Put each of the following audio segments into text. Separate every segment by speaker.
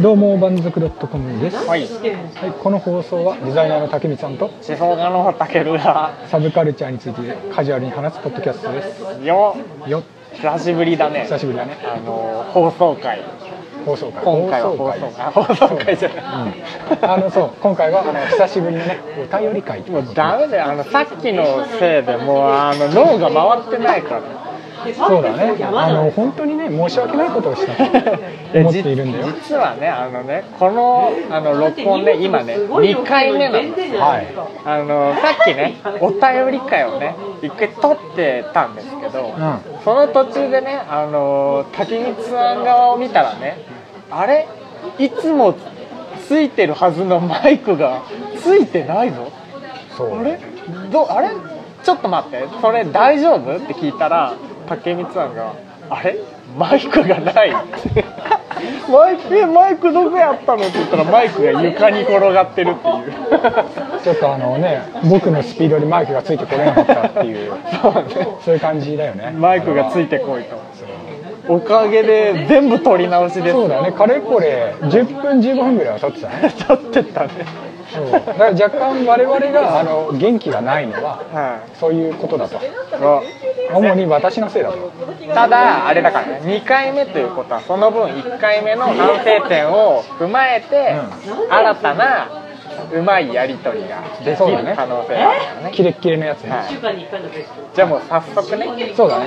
Speaker 1: どうも、満足ドットコムです。
Speaker 2: はい、
Speaker 1: はい、この放送はデザイナーの竹見さんと
Speaker 2: 思想家のたけるが、
Speaker 1: サブカルチャーについてカジュアルに話すポッドキャストです。
Speaker 2: よ、
Speaker 1: よ、
Speaker 2: 久しぶりだね。
Speaker 1: 久しぶりだね。
Speaker 2: あの放送回、
Speaker 1: 放送会。
Speaker 2: 今回は放送回、放送回じゃ
Speaker 1: うんあ
Speaker 2: ない。
Speaker 1: の、そう、今回はあの久しぶりのね、お便り会って
Speaker 2: も
Speaker 1: こ
Speaker 2: う
Speaker 1: とで
Speaker 2: ダメだよ。あのさっきのせいでもうあの脳が回ってないから。
Speaker 1: そうだね。あの、本当にね、申し訳ないことをしたと
Speaker 2: い
Speaker 1: 思
Speaker 2: や
Speaker 1: っ
Speaker 2: じ
Speaker 1: ているんだよ。
Speaker 2: 実はね、あのね、このあの録音ね、今ね、2回目なの。
Speaker 1: は
Speaker 2: あのさっきねお便り会をね一回撮ってたんですけど、
Speaker 1: ん
Speaker 2: その途中でねあの滝光さん側を見たらねあれいつもついてるはずのマイクがついてないぞ
Speaker 1: い。そ
Speaker 2: あ
Speaker 1: う。
Speaker 2: れどあれちょっと待ってそれ大丈夫って聞いたら竹光さんが「あれマイクがない」 マイクえマイクどこやったの?」って言ったらマイクが床に転がってるっていう
Speaker 1: ちょっとあのね、僕のスピードにマイクがついてこれなかったっていう、
Speaker 2: そうね
Speaker 1: そういう感じだよね。
Speaker 2: マイクがついてこいとおかげで全部撮り直しです
Speaker 1: そうだね、かれこれ10分15分ぐらいは経ってたね。
Speaker 2: 撮ってったね
Speaker 1: そうだから若干我々があの元気がないのは
Speaker 2: はい
Speaker 1: そういうことだと
Speaker 2: そ
Speaker 1: 主に私のせいだと
Speaker 2: うただあれだからね2回目ということはその分1回目の反省点を踏まえて、新たなうまいやり取りができ
Speaker 1: そうだね
Speaker 2: る可能性があるからね
Speaker 1: キレッキレのやつね、
Speaker 2: はい
Speaker 3: 週間に1回のベスト
Speaker 2: じゃあもう早速ね
Speaker 1: そうだね、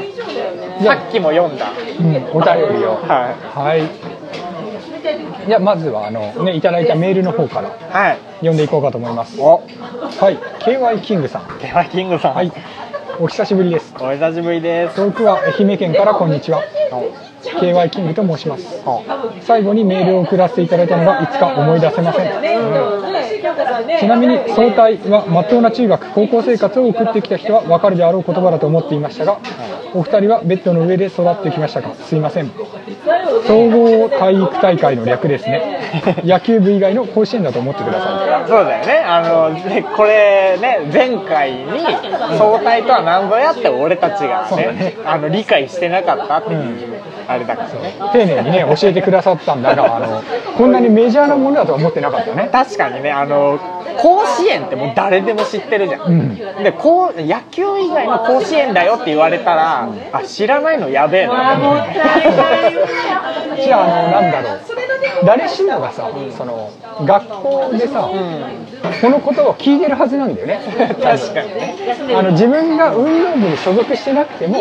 Speaker 2: さっきも読んだ
Speaker 1: うん、お便りを
Speaker 2: は
Speaker 1: はいじゃあまずはあのねいただいたメールの方から
Speaker 2: いはい
Speaker 1: 読んでいこうかと思います
Speaker 2: お
Speaker 1: はい KY キングさん
Speaker 2: ではキングさん、
Speaker 1: はいお久しぶりです
Speaker 2: お久しぶりです
Speaker 1: 遠くは愛媛県からこんにちは KY キングと申します最後にメールを送らせていただいたのがいつか思い出せません、ちなみに総体は真っ当な中学高校生活を送ってきた人は分かるであろう言葉だと思っていましたがお二人はベッドの上で育ってきましたかすいません総合体育大会の略ですね野球部以外の甲子園だと思ってくださ
Speaker 2: そうだよね、あのねこれね、前回に総体とは何ぞやって、俺たちが
Speaker 1: そうだ
Speaker 2: ね
Speaker 1: ね、
Speaker 2: あの理解してなかったっていう、あれだからね、
Speaker 1: い丁寧にね教えてくださったんだがあのこんなにメジャーなものだとは思ってなかったね
Speaker 2: 確かにね、あの甲子園ってもう誰でも知ってるじゃん、
Speaker 1: ん
Speaker 2: でこう野球以外の甲子園だよって言われたら、あ知らないのやべえな
Speaker 3: もったいないわ
Speaker 1: じゃああのなんだろう誰しもがさその学校でさ、このことを聞いてるはずなんだよね
Speaker 2: 確かにね、
Speaker 1: あの自分が運動部に所属してなくても、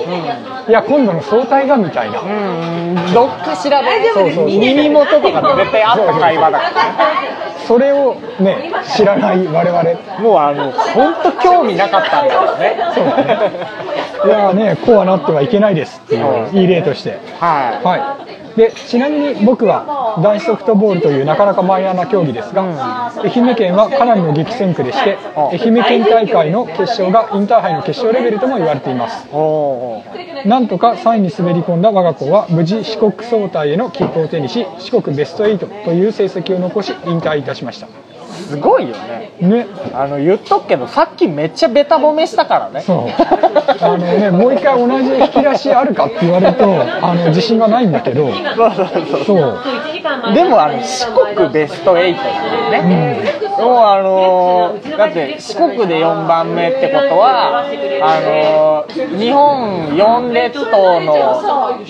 Speaker 1: いや今度の総体がみたいな、
Speaker 2: うん、どっかしらで、
Speaker 1: そうそう
Speaker 2: 耳元とかで絶対あった会話だからね。
Speaker 1: それをね知らない我々い
Speaker 2: もうあの本当興味なかったんだよね。
Speaker 1: やーねこうはなってはいけないですっていういい例として
Speaker 2: はい。
Speaker 1: はいでちなみに僕は男子ソフトボールというなかなかマイナーな競技ですが、愛媛県はかなりの激戦区でして愛媛県大会の決勝がインターハイの決勝レベルとも言われています
Speaker 2: おー
Speaker 1: なんとか3位に滑り込んだ我が校は無事四国総体への切符を手にし四国ベスト8という成績を残し引退いたしました
Speaker 2: すごいよね
Speaker 1: ね
Speaker 2: あの言っとくけどさっきめっちゃベタ褒めしたからね
Speaker 1: そうあのねもう一回同じ引き出しあるかって言われるとあの自信がないんだけど
Speaker 2: そうそうそ
Speaker 1: そう
Speaker 3: 1時間
Speaker 2: う
Speaker 3: 前
Speaker 2: でもあの四国ベスト8っていうね、もうあのーだって四国で4番目ってことはあのー日本4列島の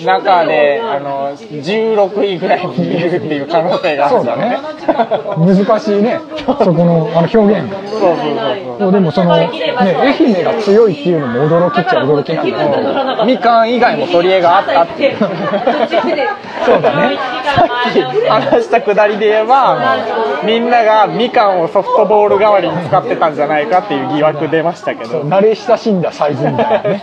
Speaker 2: 中であのー16位ぐらいにいるっていう可能性があるんだよね
Speaker 1: そう難しいねそこのあの表現
Speaker 2: そうそうそう
Speaker 1: そうでもその、ね、愛媛 が強いっていうのも驚きっちゃ驚きなんだけど
Speaker 2: そうみかん以外も取り柄があったっていう
Speaker 1: そうだ ね
Speaker 2: 話したくだりで言えばみんながみかんをソフトボール代わりに使ってたんじゃないかっていう疑惑出ましたけ
Speaker 1: そう
Speaker 2: ど
Speaker 1: 慣れ親しんだサイズみたいなね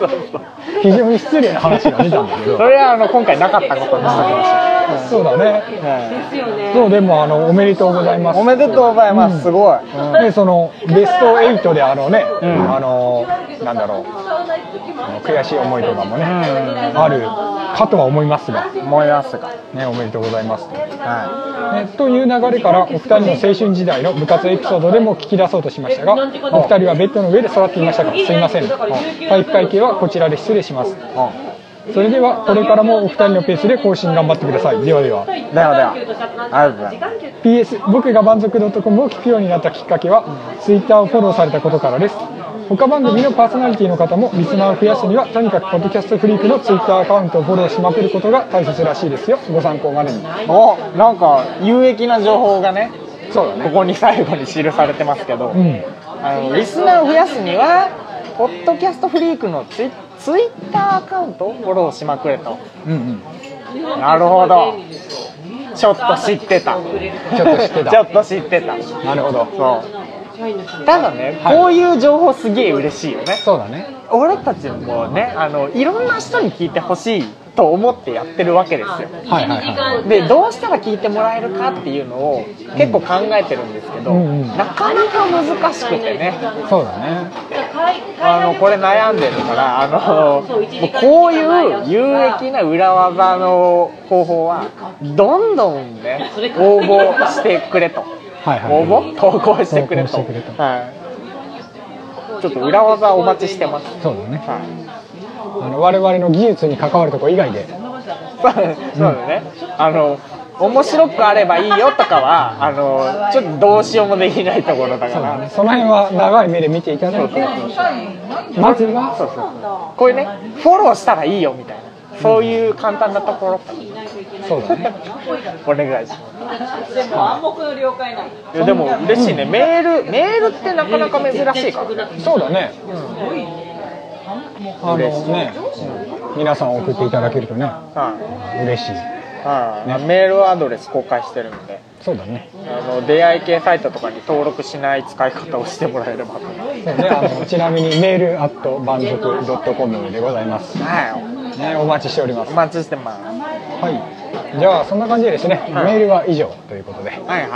Speaker 1: 非常に失礼な話が出たんだけ
Speaker 2: そ
Speaker 1: ど
Speaker 2: れはあの今回なかったことにしたかもし
Speaker 1: そうだね
Speaker 2: れない、
Speaker 1: そうでもあのおめでとうございます
Speaker 2: おめでとうございますすごい、
Speaker 1: でそのベスト8であのね、あのなんだろうあの悔しい思いとかもね、あるかとは思いますが、
Speaker 2: 思いますが
Speaker 1: ね、おめでとうございますと,、
Speaker 2: は
Speaker 1: ね、という流れからお二人の青春時代の部活エピソードでも聞き出そうとしましたがお二人はベッドの上で育っていましたかすいません体育会系はこちらで失礼します
Speaker 2: い、
Speaker 1: それではこれからもお二人のペースで更新頑張ってくださいではでは
Speaker 2: ではではありがとうございます
Speaker 1: PS 僕が満足 .com を聞くようになったきっかけは Twitter をフォローされたことからです他番組のパーソナリティの方もリスナーを増やすにはとにかくポッドキャストフリークの Twitter アカウントをフォローしまくることが大切らしいですよご参考までに
Speaker 2: おなんか有益な情報がね
Speaker 1: そうだ
Speaker 2: ここに最後に記されてますけど、
Speaker 1: うん
Speaker 2: あのリスナーを増やすにはポッドキャストフリークのツイツイッターアカウントをフォローしまくれと
Speaker 1: うんうん
Speaker 2: なるほどちょっと知ってた
Speaker 1: ちょっと知ってた
Speaker 2: ちょっと知ってた
Speaker 1: なるほど
Speaker 2: そうただね、
Speaker 1: はい
Speaker 2: こういう情報すげえ嬉しいよね
Speaker 1: そうだね
Speaker 2: 俺たちもねあのいろんな人に聞いてほしいと思ってやってるわけですよ
Speaker 1: はいはいはい
Speaker 2: でどうしたら聞いてもらえるかっていうのを結構考えてるんですけど、
Speaker 1: うんうん
Speaker 2: なかなか難しくてね
Speaker 1: そうだね
Speaker 2: あのこれ悩んでるからあのもうこういう有益な裏技の方法はどんどんね応募してくれと
Speaker 1: はいはい
Speaker 2: 応募投稿してくれと
Speaker 1: 投稿してくれと
Speaker 2: はい、ちょっと裏技お待ちしてます、
Speaker 1: そうだね
Speaker 2: はい
Speaker 1: あの我々の技術に関わるとこ以外で
Speaker 2: そうそうだね、あの面白くあればいいよとかはあのちょっとどうしようもできないところだ
Speaker 1: そ
Speaker 2: か
Speaker 1: うだね
Speaker 2: ら
Speaker 1: その辺は長い目で見ていただいてまずは
Speaker 2: そうそうそうこういうねフォローしたらいいよみたいなそういう簡単なところ
Speaker 1: そうだね
Speaker 2: お願いしま
Speaker 4: でも暗黙の了解なの。
Speaker 2: すいやでも嬉しいねメールメールってなかなか珍しいからね
Speaker 1: そうだねあのね皆さん送っていただけるとね
Speaker 2: は
Speaker 1: 嬉しい
Speaker 2: い、はいメールアドレス公開してるんで
Speaker 1: そうだね
Speaker 2: あの出会い系サイトとかに登録しない使い方をしてもらえればと
Speaker 1: そうねあの ちなみにメールアット満足 .com でございます
Speaker 2: はい
Speaker 1: ねお待ちしております
Speaker 2: お待ちしてます
Speaker 1: はいじゃあそんな感じでですねメールは以上ということで
Speaker 2: はいはい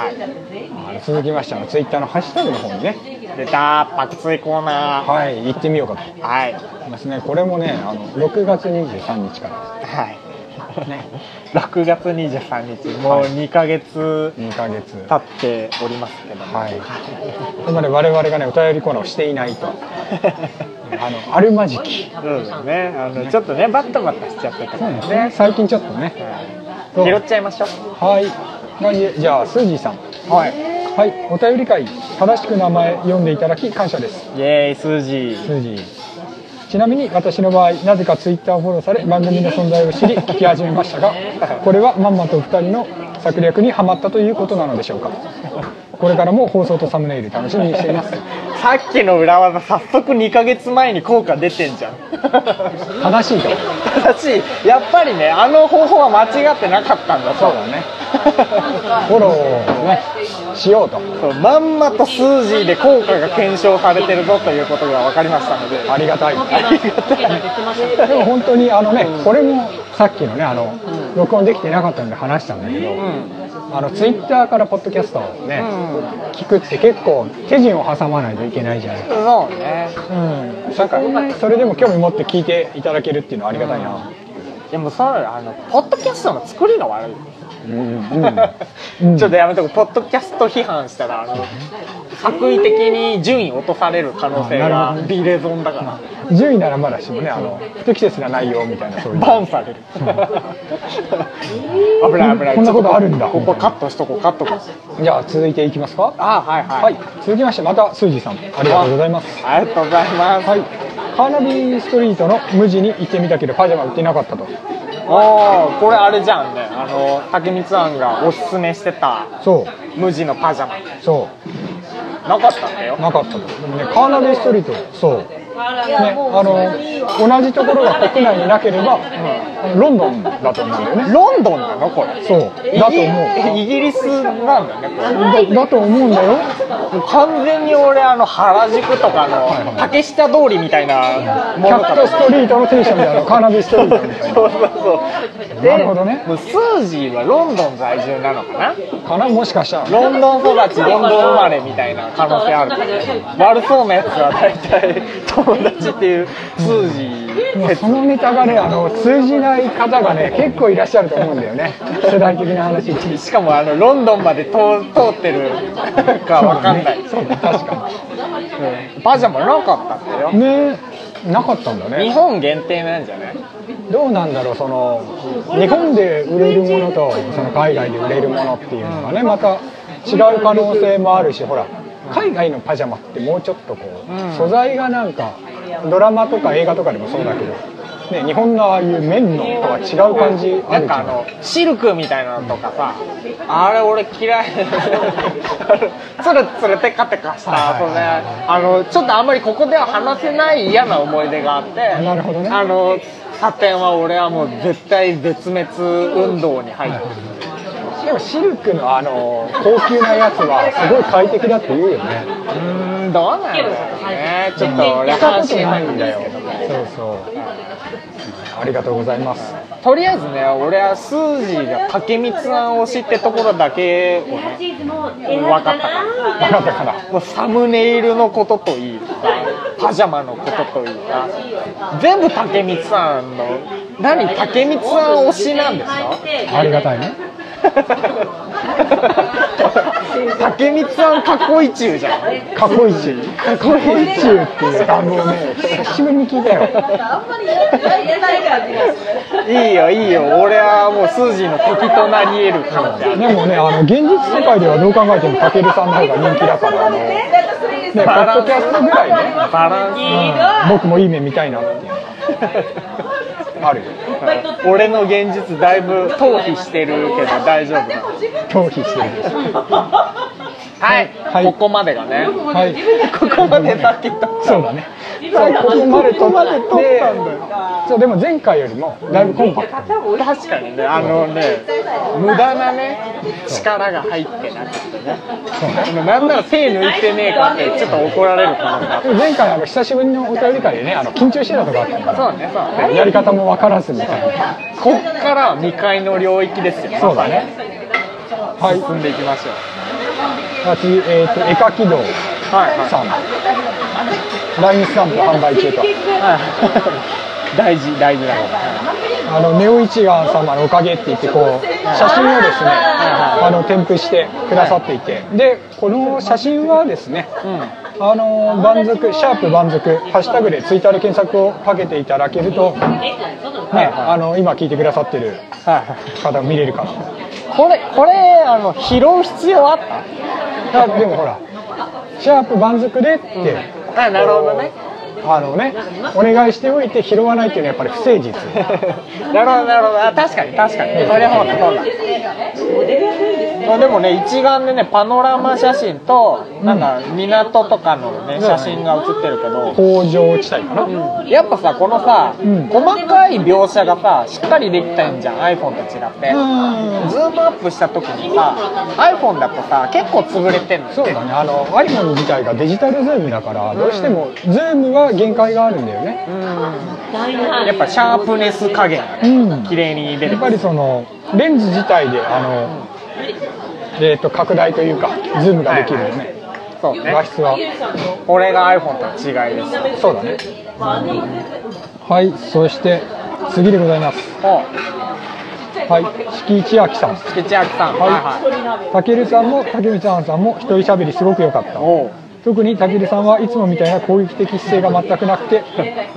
Speaker 1: あの続きましてあのツイッターのハッシュタグの方にね
Speaker 2: 出た爆睡コーナー
Speaker 1: はい行ってみようかと
Speaker 2: はい
Speaker 1: 思いますねこれもねあの6月23日から
Speaker 2: はい、
Speaker 1: ね
Speaker 2: 6月23日もう2ヶ月
Speaker 1: 2ヶ月
Speaker 2: 経っておりますけども
Speaker 1: はいこれまで我々がねお便りコーナーをしていないとあのあるまじき
Speaker 2: そうですねあのちょっとねバッタバタしちゃってたからね
Speaker 1: 最近ちょっとねそう
Speaker 2: 拾っちゃいましょ
Speaker 1: はいなんでじゃあスージーさん
Speaker 2: うはい
Speaker 1: はいお便り会正しく名前読んでいただき感謝です
Speaker 2: イエーイ数字
Speaker 1: スージーちなみに私の場合なぜかツイッターをフォローされ番組の存在を知 り聞き始めましたがこれはまんまとお二人の策略にはまったということなのでしょうかこれからも放送とサムネイル楽しみにしています
Speaker 2: さっきの裏技早速2ヶ月前に効果出てん じゃん
Speaker 1: 正しいと
Speaker 2: ただしやっぱりねあの方法は間違ってなかったんだそうだね
Speaker 1: フォローをねしようと
Speaker 2: そうまんまと数字で効果が検証されてるぞということが分かりましたので
Speaker 1: ありがたい
Speaker 2: ありがたい
Speaker 1: でも本当にあのね、これもさっきのねあの、録音できてなかったんで話したんだけど、あのツイッターからポッドキャストをね、聞くって結構手順を挟まないといけないじゃない、
Speaker 2: そうね
Speaker 1: うん、なんかそれでも興味持って聞いていただけるっていうのはありがたいな、
Speaker 2: でもそのあのポッドキャストの作りが悪い、
Speaker 1: うんうん
Speaker 2: ちょっとやめとくポッドキャスト批判したらあの作為的に順位落とされる可能性
Speaker 1: あな
Speaker 2: が
Speaker 1: るほ
Speaker 2: ビレゾンだから、
Speaker 1: 順位ならまだしもねあの不適切な内容みたいなそういう
Speaker 2: バンされる 危ない危ない
Speaker 1: こんなことあるんだ
Speaker 2: ちょっここカットしとこうカットあ
Speaker 1: じゃあ続いていきますか
Speaker 2: あはいはい、
Speaker 1: はい続きましてまたスージーさんありがとうございます
Speaker 2: ありがとうございます、
Speaker 1: はい、カーナビーストリートの無地に行ってみたけどパジャマ売ってなかったと
Speaker 2: おおこれあれじゃんねあの竹光庵がおすすめしてた
Speaker 1: そう
Speaker 2: 無地のパジャマ
Speaker 1: そ
Speaker 2: なかったんだよ
Speaker 1: うなかったとでもねカーナビーストリートそうね、あの同じところが国内になければ、ロンドンだと思うんだよね
Speaker 2: ロンドンなのこれ
Speaker 1: そうだと思う
Speaker 2: イギイギリスなんだねこれ
Speaker 1: だだと思うんだよ
Speaker 2: もう完全に俺あの原宿とか
Speaker 1: はいは
Speaker 2: の
Speaker 1: い
Speaker 2: 竹下通りみたいな
Speaker 1: キ
Speaker 2: もの
Speaker 1: ャッ
Speaker 2: か
Speaker 1: ト
Speaker 2: と
Speaker 1: ストリートの T シャツであ のカーナビーストリートみたい
Speaker 2: そうそうそう
Speaker 1: なるほどね
Speaker 2: もうスージーはロンドン在住なのかな
Speaker 1: なかなもしかしたら
Speaker 2: ロンドン育ちロンドン生まれみたいな可能性ある悪そうなやつは大体友達っていうスージー
Speaker 1: もうそのネタがねあの通じない方がね結構いらっしゃると思うんだよね世代的な 話
Speaker 2: しかもあのロンドンまで通通ってる かわかんない
Speaker 1: そうだねそうだね確かに
Speaker 2: うんパジャマなかったんだよ
Speaker 1: ねなかったんだ
Speaker 2: 日
Speaker 1: ね
Speaker 2: 本限定なんじゃない
Speaker 1: どうなんだろうその日本で売れるものとその海外で売れるものっていうのがねまた違う可能性もあるしほら海外のパジャマってもうちょっとこう、
Speaker 2: うん
Speaker 1: 素材がなんかドラマとか映画とかでもそうだけど、ね、日本のああいう綿のとは違う感じあ
Speaker 2: なん
Speaker 1: るじ
Speaker 2: か
Speaker 1: ゃ
Speaker 2: あの
Speaker 1: ん
Speaker 2: シルクみたいなのとかさあれ俺嫌い つるつるテカテカした
Speaker 1: はい
Speaker 2: そ
Speaker 1: はい
Speaker 2: れ
Speaker 1: はい
Speaker 2: あのちょっとあんまりここでは話せない嫌な思い出があって
Speaker 1: なるほどね
Speaker 2: あのサテンは俺はもう絶対絶滅運動に入ってる
Speaker 1: でもシルクのあの高級なやつはすごい快適だって言うよね
Speaker 2: うーんどうなんだろうねちょっと俺
Speaker 1: 着たこ
Speaker 2: 話
Speaker 1: と
Speaker 2: に
Speaker 1: ない
Speaker 2: 入る
Speaker 1: ん
Speaker 2: んで
Speaker 1: だ
Speaker 2: す
Speaker 1: よ
Speaker 2: けど
Speaker 1: そうそうありがとうございます
Speaker 2: とりあえずね俺はスージーが竹光さん推しってところだけをね
Speaker 3: チーズも選ぶかな
Speaker 1: 分かったかな
Speaker 2: もうサムネイルのことといいかパジャマのことといいか全部竹光さんの何竹光さん推しなんですか
Speaker 1: ありがたいね
Speaker 2: 竹光さん過去一中じゃん
Speaker 1: 過去一過去一っていう単語をね久しぶりに聞いたよ
Speaker 4: あんまりやれない感じがする。
Speaker 2: いいよいいよ俺はもうスージーの敵となり得る感じ
Speaker 1: でもねあの現実世界ではどう考えてもたけるさんの方が人気だからあのねポ
Speaker 2: バ
Speaker 1: ッ
Speaker 2: ラ
Speaker 1: ド
Speaker 2: ン
Speaker 1: キャストぐらいね、
Speaker 2: スバラン
Speaker 1: う
Speaker 2: ス
Speaker 1: ん僕もいい目見たいなっていうのがあるよ
Speaker 2: 俺の現実だいぶ逃避してるけど大丈
Speaker 1: 逃
Speaker 2: 夫
Speaker 1: 避してる
Speaker 2: はい、
Speaker 1: はい
Speaker 2: ここまでがね
Speaker 1: はい
Speaker 2: ここまでだけど
Speaker 1: そうだねそうここまで撮ってそうでも前回よりもだいぶコンパクトに
Speaker 2: 確かにねあのね無駄なね力が入ってなかったねあのなんなら手抜いてねえかってちょっと怒られる可能性あっ
Speaker 1: でも前回あの久しぶりのお便り会でねあの緊張してたとかあった
Speaker 2: た
Speaker 1: か
Speaker 2: そうねそう
Speaker 1: ら
Speaker 2: ね
Speaker 1: やり方も分からずみたいな
Speaker 2: こっからは未開の領域ですよ
Speaker 1: そうだねはい
Speaker 2: 進んでいきましょう
Speaker 1: あ次、えー、と絵描き道
Speaker 2: はいはい
Speaker 1: さん LINE スタンプ販売 中と
Speaker 2: はい大事大事なこと
Speaker 1: あのネオ一眼様のおかげって言ってこう写真をですね
Speaker 2: は
Speaker 1: あの添付してくださっていてでこの写真はですね
Speaker 2: うん
Speaker 1: あの番付シャープ番付ハッシュタグでツイッターで検索をかけていただけると、ね、
Speaker 2: はい
Speaker 1: あの今聞いてくださってる
Speaker 2: はいはい
Speaker 1: 方が見れるかな
Speaker 2: これこれあの拾う必要あった
Speaker 1: あでもほらシャープ番付でって、
Speaker 2: あなるほどね
Speaker 1: あのねお願いしておいて拾わないっていうのはやっぱり不誠実
Speaker 2: なる ほどなるほどあ確かに確かにそれほうだそうだまあでもね一眼でねパノラマ写真となんか港とかのね写真が写ってるけど、
Speaker 1: 工場地帯かな、
Speaker 2: やっぱさこのさ、
Speaker 1: うん
Speaker 2: 細かい描写がさしっかりできたんじゃん iPhone と違って、ズームアップした時にさ iPhone だとさ結構潰れてんの
Speaker 1: そうだねあの iPhone 自体がデジタルズームだからどうしてもズームは限界があるんだよね、
Speaker 2: やっぱシャープネス加減がね
Speaker 1: うん
Speaker 2: 綺麗に出
Speaker 1: や
Speaker 2: て
Speaker 1: っ
Speaker 2: く
Speaker 1: ぱ
Speaker 2: る
Speaker 1: りそのレンズ自体であの、えー、と拡大というかズームができるよね、
Speaker 2: そうね
Speaker 1: 画質は
Speaker 2: これが iPhone との違いです
Speaker 1: そうだねはいそして次でございます
Speaker 2: お
Speaker 1: はい敷地明さん
Speaker 2: 菊池明さんはいはい
Speaker 1: たけるさんもたけみちゃんさんも一人喋りすごく良かった
Speaker 2: おう
Speaker 1: 特にたけるさんはいつもみたいな攻撃的姿勢が全くなくて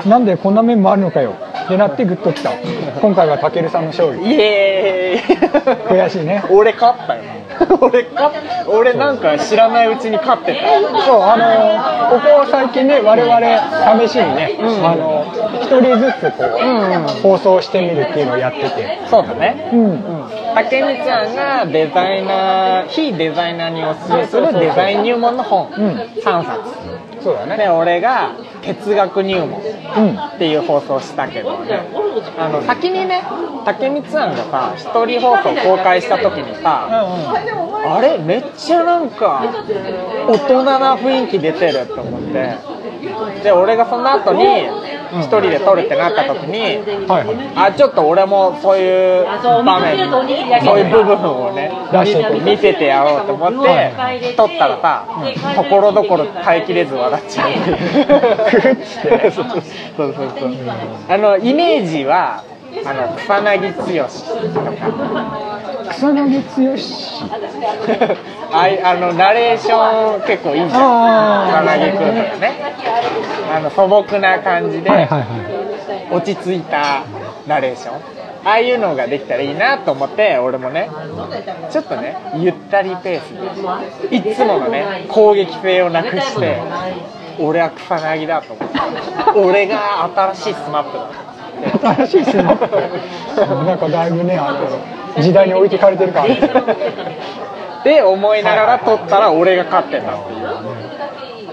Speaker 1: なんでこんな面もあるのかよってなってグッときた今回はたけるさんの勝利
Speaker 2: イエーイ
Speaker 1: 悔しいね
Speaker 2: 俺勝ったよ 俺勝っ俺なんか知らないうちに勝ってた
Speaker 1: そうあのーここ最近ね我々試しにね、あのー一人ずつこう、放送してみるっていうのをやってて
Speaker 2: そうだね
Speaker 1: うん
Speaker 2: 竹見ちゃんがデザイナー非デザイナーにおすすめするデザイン入門の本
Speaker 1: うん
Speaker 2: 3冊
Speaker 1: そうだね
Speaker 2: で俺が哲学入門
Speaker 1: うん
Speaker 2: っていう放送したけどねあの先にね竹光さんがさ一人放送公開した時にさあれめっちゃなんか大人な雰囲気出てると思ってで俺がその後に一人で撮るってなった時に
Speaker 1: はいはい
Speaker 2: あちょっと俺もそういう場面そういう部分をね
Speaker 1: 出していこう
Speaker 2: 見ててやろうと思っ
Speaker 1: は
Speaker 2: て撮ったらさところどころ耐えきれず笑っちゃうっていうそうそうそうそう あのイメージはあの草薙剛
Speaker 1: 草薙剛
Speaker 2: とかあいあのナレーション結構いいじゃ
Speaker 1: あー
Speaker 2: ん草薙君とかねあの素朴な感じで、
Speaker 1: はいはいは
Speaker 2: 落ち着いたナレーションああいうのができたらいいなと思って俺もねちょっとねゆったりペースでいっつものね攻撃性をなくして俺は草薙だと思って俺が新しいスマップだと
Speaker 1: い新しいですねなんかだいぶねあの時代に置いてかれてるから
Speaker 2: で思いながら撮ったら俺が勝ってたっていう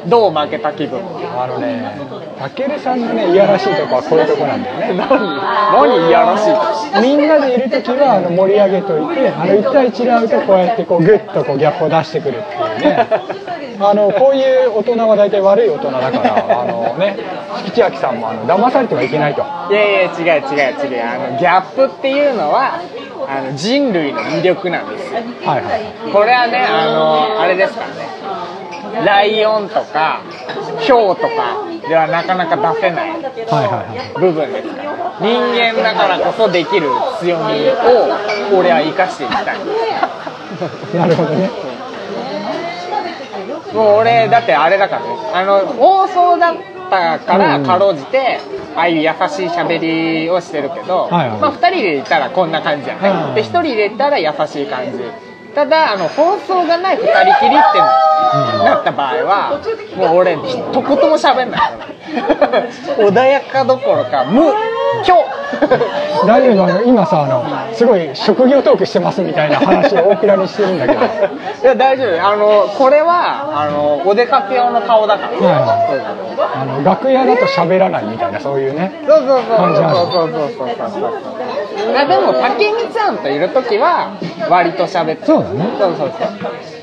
Speaker 2: どう負けた気分
Speaker 1: あのねたけるさんのねいやらしいとこはこういうとこなんだよね
Speaker 2: 何何いやらしいって
Speaker 1: みんなでいる時はあの盛り上げといてあの1対1で会うとこうやってこうグッとこうギャップを出してくるっていうねあのこういう大人は大体悪い大人だからあのね吉明さんもあの騙されてはいけないと
Speaker 2: いやいや違う違う違うあのギャップっていうのはあの人類の魅力なんですよ
Speaker 1: はいはい
Speaker 2: これはねあのあれですからねライオンとかヒョウとかではなかなか出せない
Speaker 1: はいはいはい
Speaker 2: 部分ですから人間だからこそできる強みを俺は生かしていきたい
Speaker 1: なるほどね
Speaker 2: もう俺だってあれだからねあの放送だったからかろうじて、ああいう優しい喋りをしてるけど、
Speaker 1: はいはい
Speaker 2: まあ、2人でいたらこんな感じじゃない、
Speaker 1: うん
Speaker 2: で1人でいたら優しい感じただあの放送がない2人きりってなった場合は、もう俺一言も喋んない 穏やかどころか無今日
Speaker 1: 大丈夫あの今さあのすごい職業トークしてますみたいな話を大っぴらにしてるんだけど はい
Speaker 2: いや大丈夫あのこれはあのお出かけ用の顔だから、
Speaker 1: はいあの楽屋だと喋らないみたいなそういう
Speaker 2: そうそうそうそうそうそうそうそう
Speaker 1: ね
Speaker 2: そうあでも竹見ちゃんといる時は割と喋ってる
Speaker 1: そうだね
Speaker 2: そうそうそう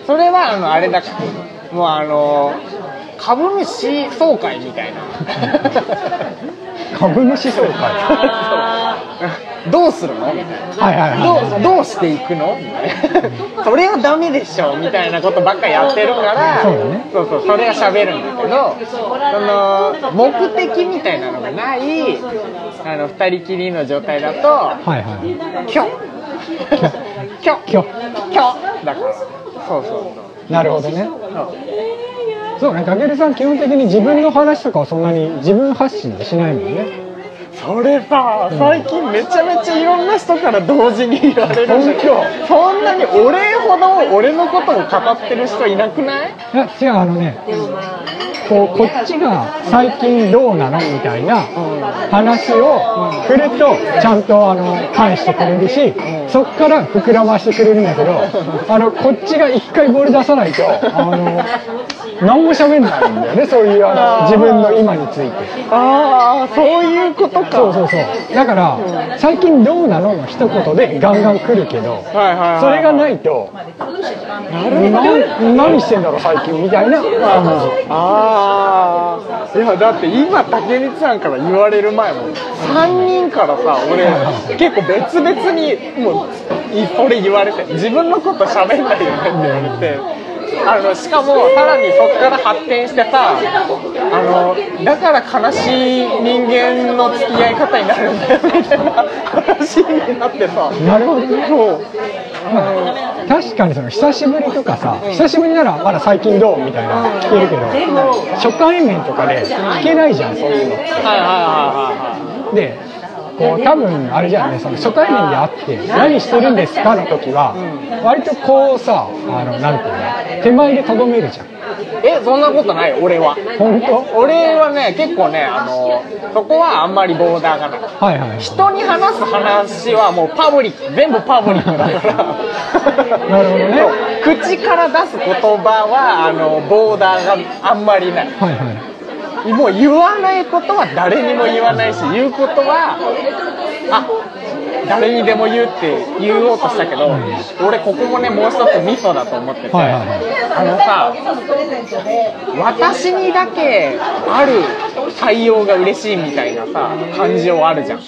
Speaker 2: それはあのあれだからもうあの株主総会みたいな
Speaker 1: 株主総会は
Speaker 2: どうするのみたいない
Speaker 1: はいはい
Speaker 2: どうどうしていくのみたいな それはダメでしょみたいなことばっかやってるから
Speaker 1: そうだね
Speaker 2: そうそうそれは喋るんだけどその目的みたいなのがないあの2人きりの状態だと
Speaker 1: はいはい
Speaker 2: 「きょ」「きょ」「きょ」だからそうそう
Speaker 1: なるほどね
Speaker 2: そうそう
Speaker 1: そうね、たけるさん基本的に自分の話とかはそんなに自分発信でしないもんね
Speaker 2: それさ最近めちゃめちゃいろんな人から同時に言われるんだけど
Speaker 1: 本
Speaker 2: そんなに俺ほど俺のことを語ってる人いなくない
Speaker 1: いや違うあのねこうこっちが最近どうなのみたいな話を振るとちゃんとあの返してくれるしそっから膨らましてくれるんだけどあのこっちが一回ボール出さないとあの何も喋んないんだよねそういうあの自分の今について。
Speaker 2: ああそういうことか
Speaker 1: そうそうそうだから最近どうなのの一言でガンガン来るけど
Speaker 2: はいはいはい
Speaker 1: それがないと何何してんだろう最近みたいなあ
Speaker 2: ああいやだって今竹光さんから言われる前も3人からさ俺結構別々にもういこれ言われて自分のこと喋んないよねって言われて。あのしかもさらにそこから発展してさあのだから悲しい人間の付き合い方になるんだよみたいな話になってさ
Speaker 1: のなるほどね
Speaker 2: そう
Speaker 1: 確かにその久しぶりとかさ久しぶりならまだ最近どうみたいな聞けるけど初対面とかで聞けないじゃんそういうの
Speaker 2: はいはいはいはいはい
Speaker 1: でこう多分あれじゃんねその初対面で会って「何してるんですか?」の時は割とこうさあのなんていうの手前でとどめるじゃん
Speaker 2: えそんなことない俺は
Speaker 1: 本当
Speaker 2: 俺はね結構ねあのそこはあんまりボーダーがない
Speaker 1: はいはいはい
Speaker 2: 人に話す話はもうパブリック全部パブリックだか ら
Speaker 1: なるほどね
Speaker 2: そう口から出す言葉はあのボーダーがあんまりない
Speaker 1: はいはい
Speaker 2: もう言わないことは誰にも言わないし言うことはあ誰にでも言うって言おうとしたけど、俺ここもねもう一つミソだと思ってて、
Speaker 1: はいはいはい
Speaker 2: あのさ私にだけある対応が嬉しいみたいなさ感情あるじゃん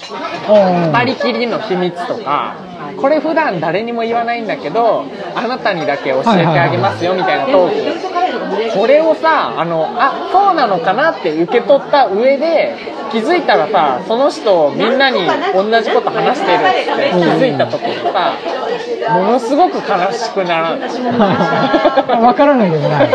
Speaker 1: あ
Speaker 2: 二人きりの秘密とかこれ普段誰にも言わないんだけどあなたにだけ教えてあげますよみたいなトーク、これをさあのあそうなのかなって受け取った上で気づいたらさその人みんなに同じこと話してるって気づいた時にさものすごく悲しくなる。
Speaker 1: わからないでもない。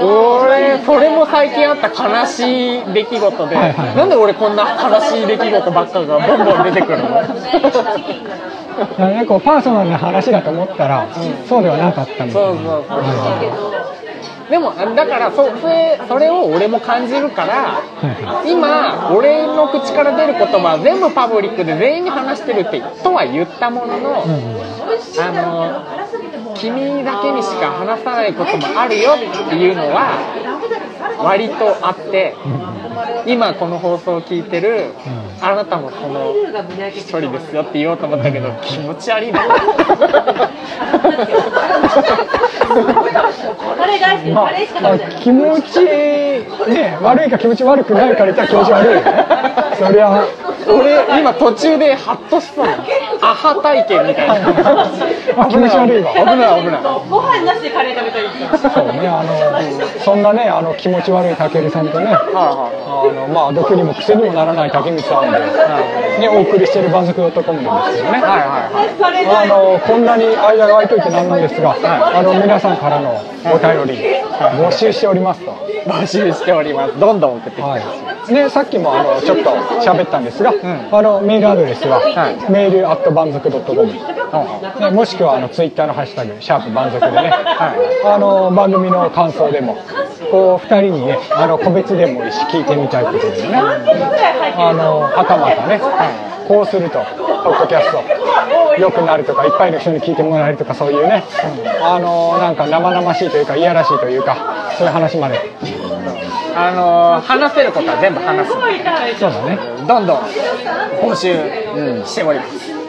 Speaker 2: 俺、それも最近あった悲しい出来事で、
Speaker 1: はいはい
Speaker 2: なんで俺こんな悲しい出来事ばっかがボンボン出てくるの
Speaker 1: なんかパーソナルな話だと思ったら、そうではなかったみたいな
Speaker 2: そうそうそうでも、だからそそれ、それを俺も感じるから、
Speaker 1: は
Speaker 2: 今、俺の口から出る言葉は全部パブリックで全員に話してるってとは言ったもの
Speaker 1: い
Speaker 2: の、
Speaker 1: うん
Speaker 2: あの君だけにしか話さないこともあるよっていうのは割とあって今この放送を聞いてる
Speaker 1: う
Speaker 2: あなたもその一人ですよって言おうと思ったけど気持ち悪いな
Speaker 4: カレー大好き、カレーしか食べない。
Speaker 1: 気持ち、ね、悪いか気持ち悪くないかで言ったら気持ち悪いよね。そりゃ、
Speaker 2: 俺今途中でハッとしたのアハ体験みたいな
Speaker 1: あ気持ち悪いわ。
Speaker 2: 危ない危ない
Speaker 4: ご飯なしでカレー食べたい。
Speaker 1: そうね、あの、そんなね、あの気持ち悪いたけるさんとね、あ
Speaker 2: は
Speaker 1: の、まあ、毒にも癖にもならない竹光さんで、ね、お送りしている番組 .com なんですよね。
Speaker 2: いはいはいはい
Speaker 4: カレー
Speaker 1: あのこんなに間が空いといてなんなんですが、あの皆さんからのお便り募集しておりますと、
Speaker 2: 募集しておりますどんどん送ってきて
Speaker 1: はい、ねさっきもあのちょっと喋ったんですが、あのメールアドレスは、
Speaker 2: はい
Speaker 1: メールアット満足ドットコム、
Speaker 2: は
Speaker 1: ね、もしくはあのツイッターのハッシュタグシャープ満足でね、あの番組の感想でもこう二人にねあの個別でもいいし聞いてみたいことでもね、あの赤またね、こうするとポッドキャスト良くなるとかいっぱいの人に聞いてもらえるとかそういうね、あのなんか生々しいというかいやらしいというかそういう話まで
Speaker 2: あの話せることは全部話す
Speaker 1: そうだね
Speaker 2: どんどん募集しております。